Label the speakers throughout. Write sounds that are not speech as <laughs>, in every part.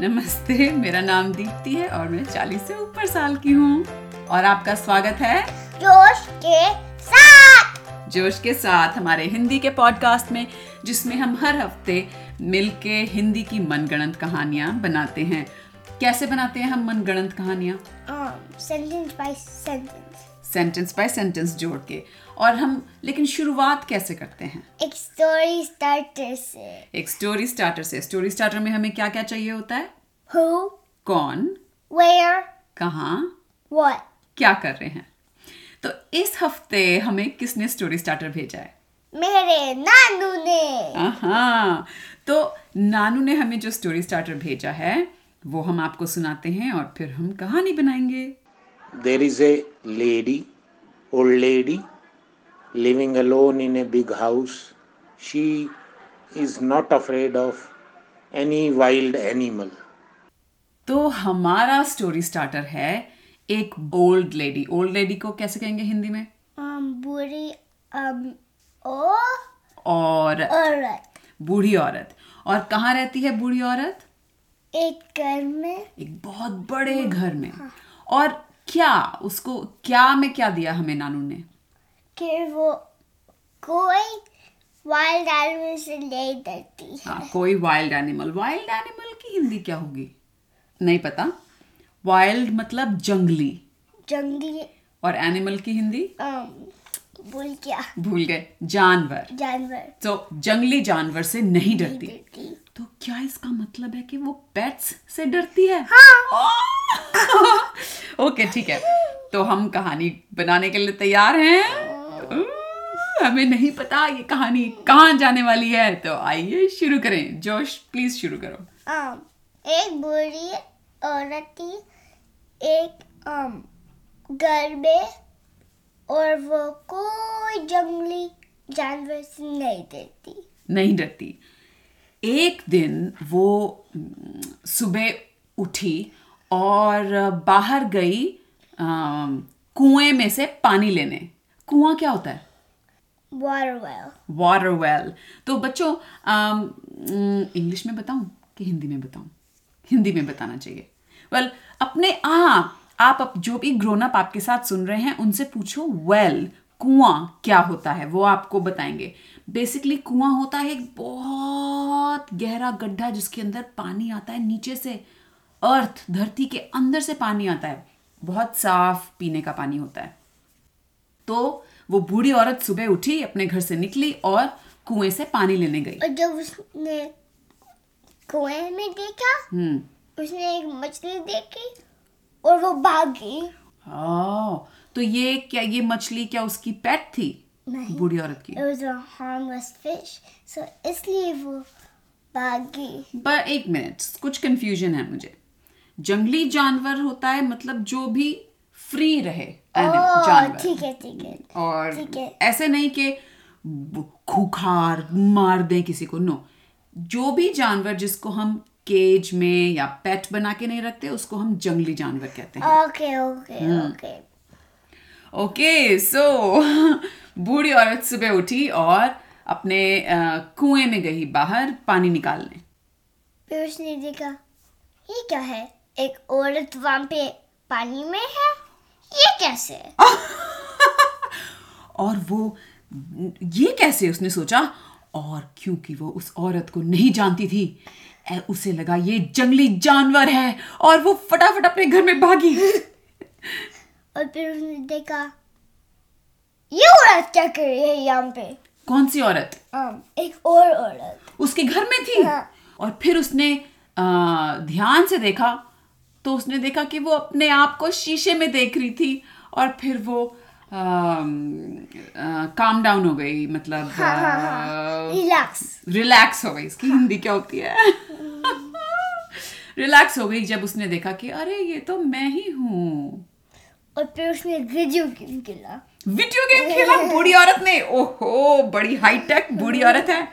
Speaker 1: नमस्ते मेरा नाम दीप्ति है और मैं 40 से ऊपर साल की हूँ और आपका स्वागत है
Speaker 2: जोश के साथ
Speaker 1: जोश के साथ हमारे हिंदी के पॉडकास्ट में जिसमें हम हर हफ्ते मिलके हिंदी की मनगणंत कहानियाँ बनाते हैं कैसे बनाते हैं हम मनगणंत कहानियाँ
Speaker 2: हाँ, sentence by sentence
Speaker 1: sentence by sentence जोड़ के और हम लेकिन शुरुआत कैसे करते हैं
Speaker 2: एक स्टोरी स्टार्टर से
Speaker 1: एक स्टोरी स्टार्टर से स्टोरी स्टार्टर में हमें क्या क्या चाहिए होता है
Speaker 2: हु
Speaker 1: कौन
Speaker 2: वेयर
Speaker 1: कहाँ
Speaker 2: व्हाट
Speaker 1: क्या कर रहे हैं तो इस हफ्ते हमें किसने स्टोरी स्टार्टर भेजा है
Speaker 2: मेरे नानू ने
Speaker 1: हाँ तो नानू ने हमें जो स्टोरी स्टार्टर भेजा है वो हम आपको सुनाते हैं और फिर हम कहानी बनाएंगे
Speaker 3: there is a lady, old lady, living alone in a big house. She is not afraid of any wild animal.
Speaker 1: तो हमारा स्टोरी स्टार्टर है एक ओल्ड लेडी ओल्ड लेडी को कैसे कहेंगे हिंदी में
Speaker 2: um बुरी um ओ
Speaker 1: और
Speaker 2: औरत
Speaker 1: बूढ़ी औरत और कहाँ रहती है बूढ़ी औरत
Speaker 2: एक घर में
Speaker 1: एक बहुत बड़े घर में और क्या उसको क्या में क्या दिया हमें नानू ने
Speaker 2: कि वो कोई वाइल्ड एनिमल से नहीं डरती है
Speaker 1: हाँ कोई वाइल्ड एनिमल वाइल्ड एनिमल की हिंदी क्या होगी नहीं पता वाइल्ड मतलब जंगली
Speaker 2: जंगली
Speaker 1: और एनिमल की हिंदी
Speaker 2: um बोल क्या
Speaker 1: भूल गए जानवर
Speaker 2: जानवर
Speaker 1: तो जंगली जानवर से नहीं डरती
Speaker 2: डरती
Speaker 1: तो क्या इसका मतलब है कि वो पेट्स से डरती है <laughs> ओके ठीक है तो हम कहानी बनाने के लिए तैयार हैं ओह, हमें नहीं पता ये कहानी कहाँ जाने वाली है तो आइए शुरू करें जोश प्लीज शुरू करो
Speaker 2: um, एक बूढ़ी औरत थी एक um, घर में और वो कोई जंगली जानवर से नहीं डरती
Speaker 1: नहीं डरती एक दिन वो अम, सुबह उठी और बाहर गई अम, कुएं में से पानी लेने कुआं क्या होता है
Speaker 2: वाटर वेल
Speaker 1: वाटर वेल तो बच्चों अम, अम, इंग्लिश में बताऊं कि हिंदी में बताऊं हिंदी में बताना चाहिए वेल well, अपने आप आप अप, जो भी ग्रोन अप आपके साथ सुन रहे हैं उनसे पूछो वेल well, कुआं क्या होता है वो आपको बताएंगे बेसिकली कुआं होता है एक बहुत गहरा गड्ढा जिसके अंदर पानी आता है नीचे से अर्थ धरती के अंदर से पानी आता है बहुत साफ पीने का पानी होता है तो वो बूढ़ी औरत सुबह उठी अपने घर से निकली और कुएं से पानी लेने गई
Speaker 2: और जब उसने कुएं में देखा
Speaker 1: हम्म
Speaker 2: उसने एक मछली देखी और वो भागी
Speaker 1: ओ, तो ये क्या ये मछली क्या उसकी पेट थी
Speaker 2: नहीं।
Speaker 1: बूढ़ी औरत की
Speaker 2: It was a harmless fish, so इसलिए वो भागी
Speaker 1: पर एक मिनट कुछ कंफ्यूजन है मुझे जंगली जानवर होता है मतलब जो भी फ्री रहे animal,
Speaker 2: ओह
Speaker 1: जानवर
Speaker 2: Oh, ठीक है ठीक है ठीक
Speaker 1: और
Speaker 2: है।
Speaker 1: ऐसे नहीं कि खुखार मार दें किसी को नो जो भी जानवर जिसको हम केज में या पेट बना के नहीं रखते उसको हम जंगली जानवर कहते हैं
Speaker 2: okay okay okay
Speaker 1: okay so <laughs> बूढ़ी औरत सुबह उठी और अपने अ, कुएं में गई बाहर पानी निकालने
Speaker 2: फिर उसने देखा ये क्या है एक औरत वहां पे पानी में है ये कैसे
Speaker 1: और वो ये कैसे उसने सोचा और क्योंकि वो उस औरत को नहीं जानती थी ए, उसे लगा ये जंगली जानवर है और वो फटाफट अपने घर में भागी
Speaker 2: और फिर उसने देखा ये औरत क्या कर रही है यहाँ पे
Speaker 1: कौन सी औरत
Speaker 2: um, एक और औरत
Speaker 1: उसके घर में थी
Speaker 2: हाँ।
Speaker 1: और फिर उसने अ, ध्यान से देखा तो उसने देखा कि वो अपने आप को शीशे में देख रही थी और फिर वो काम डाउन हो गई मतलब
Speaker 2: रिलैक्स
Speaker 1: रिलैक्स हो गई इसकी हिंदी क्या होती है <laughs> रिलैक्स हो गई जब उसने देखा कि अरे ये तो मैं ही हूँ
Speaker 2: और फिर उसने वीडियो गेम खेला
Speaker 1: वीडियो गेम खेला बूढ़ी औरत ने ओहो बड़ी हाईटेक बूढ़ी औरत है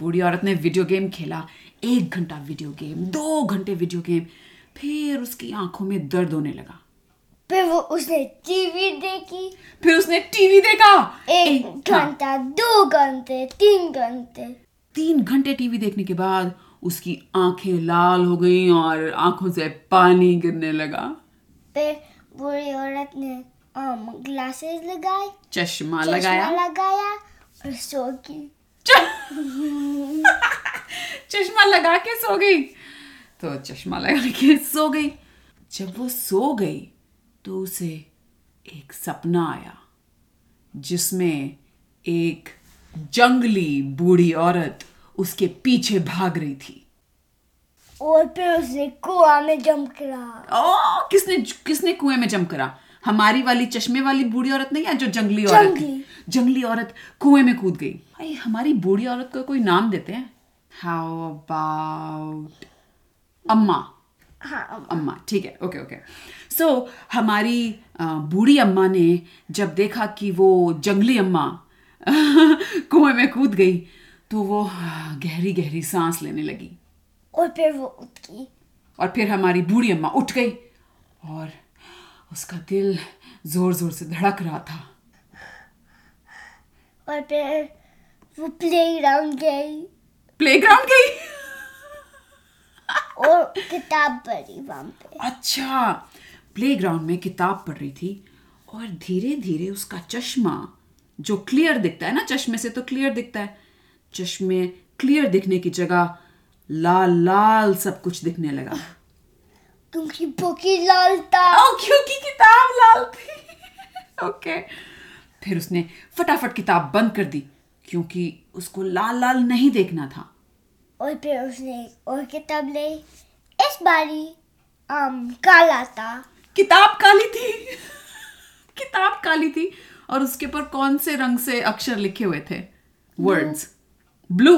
Speaker 1: बूढ़ी औरत ने वीडियो गेम खेला एक घंटा वीडियो गेम दो घंटे वीडियो गेम फिर उसकी आंखों में दर्द होने लगा
Speaker 2: फिर वो उसने टीवी देखी
Speaker 1: फिर उसने टीवी देखा
Speaker 2: एक
Speaker 1: हाँ,
Speaker 2: घंटा दो घंटे तीन घंटे
Speaker 1: तीन घंटे टीवी देखने के बाद उसकी आंखें लाल हो गईं और आंखों से पानी गिरने लगा
Speaker 2: फिर बूढ़ी औरत ने ग्लासेस लगाए चश्मा
Speaker 1: चश्मा लगाया
Speaker 2: लगाया और सो गई
Speaker 1: च- <laughs> चश्मा लगा के सो गई तो चश्मा लगा के सो गई जब वो सो गई तो उसे एक सपना आया जिसमें एक जंगली बूढ़ी औरत उसके पीछे भाग रही थी
Speaker 2: और फिर उसने कुआ में जम करा
Speaker 1: ओ किसने किसने कुएं में जम करा हमारी वाली चश्मे वाली बूढ़ी औरत नहीं है जो जंगली औरत
Speaker 2: जंगली।
Speaker 1: थी। जंगली औरत कुएं में कूद गई भाई हमारी बूढ़ी औरत को कोई नाम देते हैं हाउ अबाउट अम्मा
Speaker 2: हाँ
Speaker 1: अम्मा ठीक है ओके ओके सो हमारी अ, बूढ़ी अम्मा ने जब देखा कि वो जंगली अम्मा <laughs> कुएं में कूद गई तो वो गहरी गहरी सांस लेने लगी
Speaker 2: और फिर वो उठकी
Speaker 1: और फिर हमारी बूढ़ी अम्मा उठ गई और उसका दिल जोर जोर से धड़क रहा था
Speaker 2: और फिर वो प्लेग्राउंड गई
Speaker 1: प्लेग्राउंड गई
Speaker 2: और किताब पढ़ी वहाँ पे
Speaker 1: अच्छा प्लेग्राउंड में किताब पढ़ रही थी और धीरे धीरे उसका चश्मा जो क्लियर दिखता है ना चश्मे से तो क्लियर दिखता है चश्मे क्लियर दिखने की जगह लाल लाल सब कुछ दिखने लगा
Speaker 2: क्योंकि बुकी लाल था
Speaker 1: ओ, Oh, क्योंकि किताब लाल थी ओके फिर उसने फटाफट किताब बंद कर दी क्योंकि उसको लाल लाल नहीं देखना था
Speaker 2: और फिर उसने एक और किताब ली इस बारी आम काला था
Speaker 1: किताब काली थी किताब काली थी और उसके ऊपर कौन से रंग से अक्षर लिखे हुए थे वर्ड्स ब्लू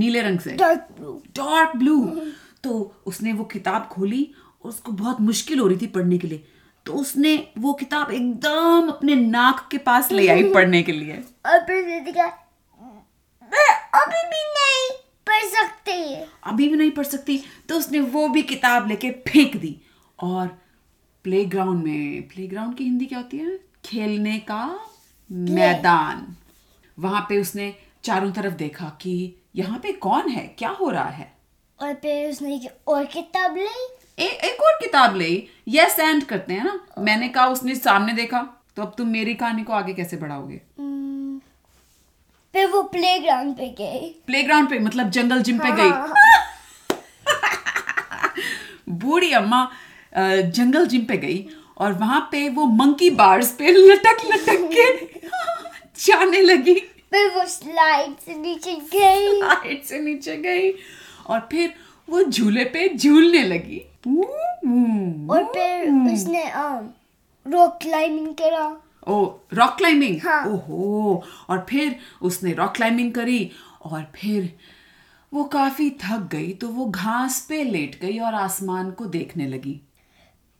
Speaker 1: नीले रंग से
Speaker 2: डार्क ब्लू
Speaker 1: डार्क ब्लू तो उसने वो किताब खोली और उसको बहुत मुश्किल हो रही थी पढ़ने के लिए तो उसने वो किताब एकदम अपने नाक के पास ले आई पढ़ने के लिए
Speaker 2: और फिर उसने देखा "मैं अभी भी नहीं पढ़ सकते
Speaker 1: अभी भी नहीं पढ़ सकती तो उसने वो भी किताब लेके फेंक दी और प्लेग्राउंड में प्लेग्राउंड की हिंदी क्या होती है खेलने का मैदान वहां पे उसने चारों तरफ देखा कि यहाँ पे कौन है क्या हो रहा है
Speaker 2: और फिर उसने एक और किताब ली
Speaker 1: ए, एक और किताब ले यस एंड करते हैं ना मैंने कहा उसने सामने देखा तो अब तुम मेरी कहानी को आगे कैसे बढ़ाओगे
Speaker 2: हम्म, फिर वो प्लेग्राउंड पे गई
Speaker 1: प्लेग्राउंड पे मतलब जंगल जिम पे गई <laughs> बूढ़ी अम्मा अ, जंगल जिम पे गई और वहां पे वो मंकी बार्स पे लटक लटक के <laughs> जाने लगी
Speaker 2: फिर वो स्लाइड से नीचे गई
Speaker 1: हाइट से नीचे गई और फिर वो झूले पे झूलने लगी
Speaker 2: और फिर उसने um, रॉक क्लाइंबिंग करा
Speaker 1: ओ रॉक क्लाइंबिंग
Speaker 2: हाँ।
Speaker 1: ओहो और फिर उसने रॉक क्लाइंबिंग करी और फिर वो काफी थक गई तो वो घास पे लेट गई और आसमान को देखने लगी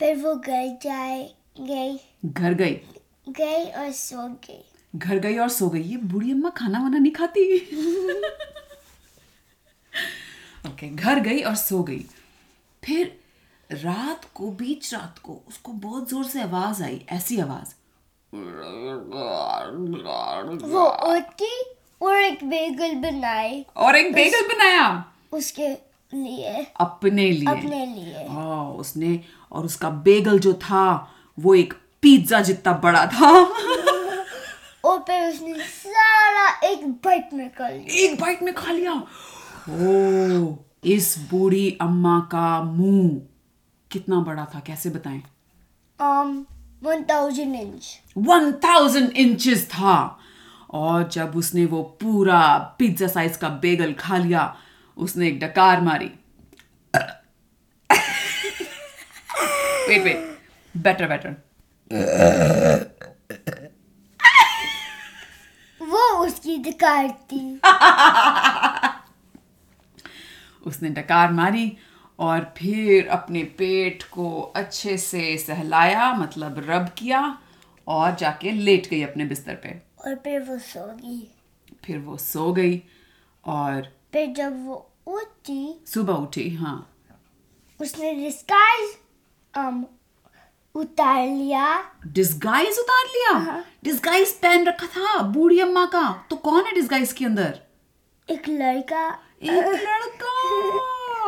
Speaker 2: फिर वो घर जाए गई
Speaker 1: घर गई
Speaker 2: गई और सो गई
Speaker 1: घर गई और सो गई ये बूढ़ी अम्मा खाना वाना नहीं खाती ओके घर गई और सो गई फिर रात को बीच रात को उसको बहुत जोर से आवाज आई ऐसी आवाज
Speaker 2: वो उठी और एक बेगल बनाई
Speaker 1: और एक बेगल बनाया
Speaker 2: उसके लिए
Speaker 1: अपने लिए
Speaker 2: अपने लिए
Speaker 1: हाँ उसने और उसका बेगल जो था वो एक पिज्जा जितना बड़ा था <laughs>
Speaker 2: और फिर उसने सारा एक बाइक में कर लिया
Speaker 1: एक बाइट में खा लिया ओ इस बूढ़ी अम्मा का मुंह कितना बड़ा था कैसे बताएं
Speaker 2: um, 1000 inch
Speaker 1: one thousand inches था और जब उसने वो पूरा पिज्जा साइज का बेगल खा लिया उसने एक डकार मारी <laughs> वेट वेट बेटर बेटर
Speaker 2: वो उसकी दिकार थी
Speaker 1: उसने डकार मारी और फिर अपने पेट को अच्छे से सहलाया मतलब रब किया और जाके लेट गई अपने बिस्तर पे
Speaker 2: और फिर वो सो गई
Speaker 1: फिर वो सो गई और
Speaker 2: फिर जब वो उठी
Speaker 1: सुबह उठी हाँ
Speaker 2: उसने डिस्गाइज um, उतार लिया
Speaker 1: डिस्गाइज उतार लिया डिस्गाइज पहन रखा था बूढ़ी अम्मा का तो कौन है डिस्गाइज के अंदर
Speaker 2: एक लड़का
Speaker 1: एक लड़का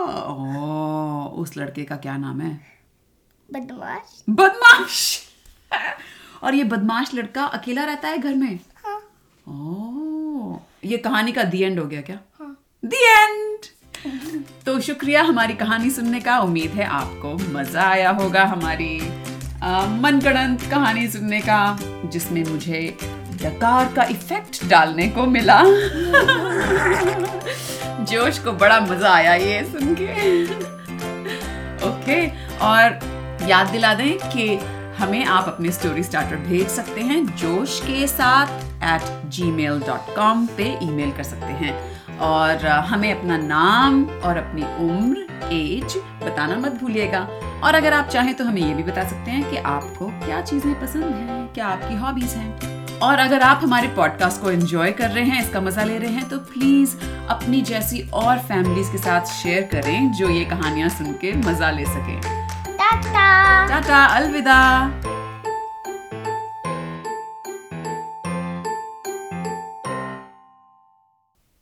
Speaker 1: ओ उस लड़के का क्या नाम है
Speaker 2: बदमाश
Speaker 1: बदमाश <laughs> और ये बदमाश लड़का अकेला रहता है घर में
Speaker 2: हाँ
Speaker 1: ओ ये कहानी का दी एंड हो गया क्या
Speaker 2: हाँ
Speaker 1: दी एंड तो शुक्रिया हमारी कहानी सुनने का उम्मीद है आपको मजा आया होगा हमारी अ, मनगढ़ंत कहानी सुनने का जिसमें मुझे डकार का इफेक्ट डालने को मिला <laughs> जोश को बड़ा मजा आया ये सुन के ओके और याद दिला दें कि हमें आप अपने स्टोरी स्टार्टर भेज सकते हैं जोश के साथ at Gmail dot com पे ईमेल कर सकते हैं और अ, हमें अपना नाम और अपनी उम्र एज बताना मत भूलिएगा और अगर आप चाहें तो हमें ये भी बता सकते हैं कि आपको क्या चीज़ें पसंद हैं क्या आपकी हॉबीज़ हैं और अगर आप हमारे पॉडकास्ट को एंजॉय कर रहे हैं इसका मजा ले रहे हैं तो प्लीज अपनी जैसी और फैमिलीज के साथ शेयर करें जो ये कहानियां सुन के मजा ले सकें
Speaker 2: टाटा
Speaker 1: टाटा अलविदा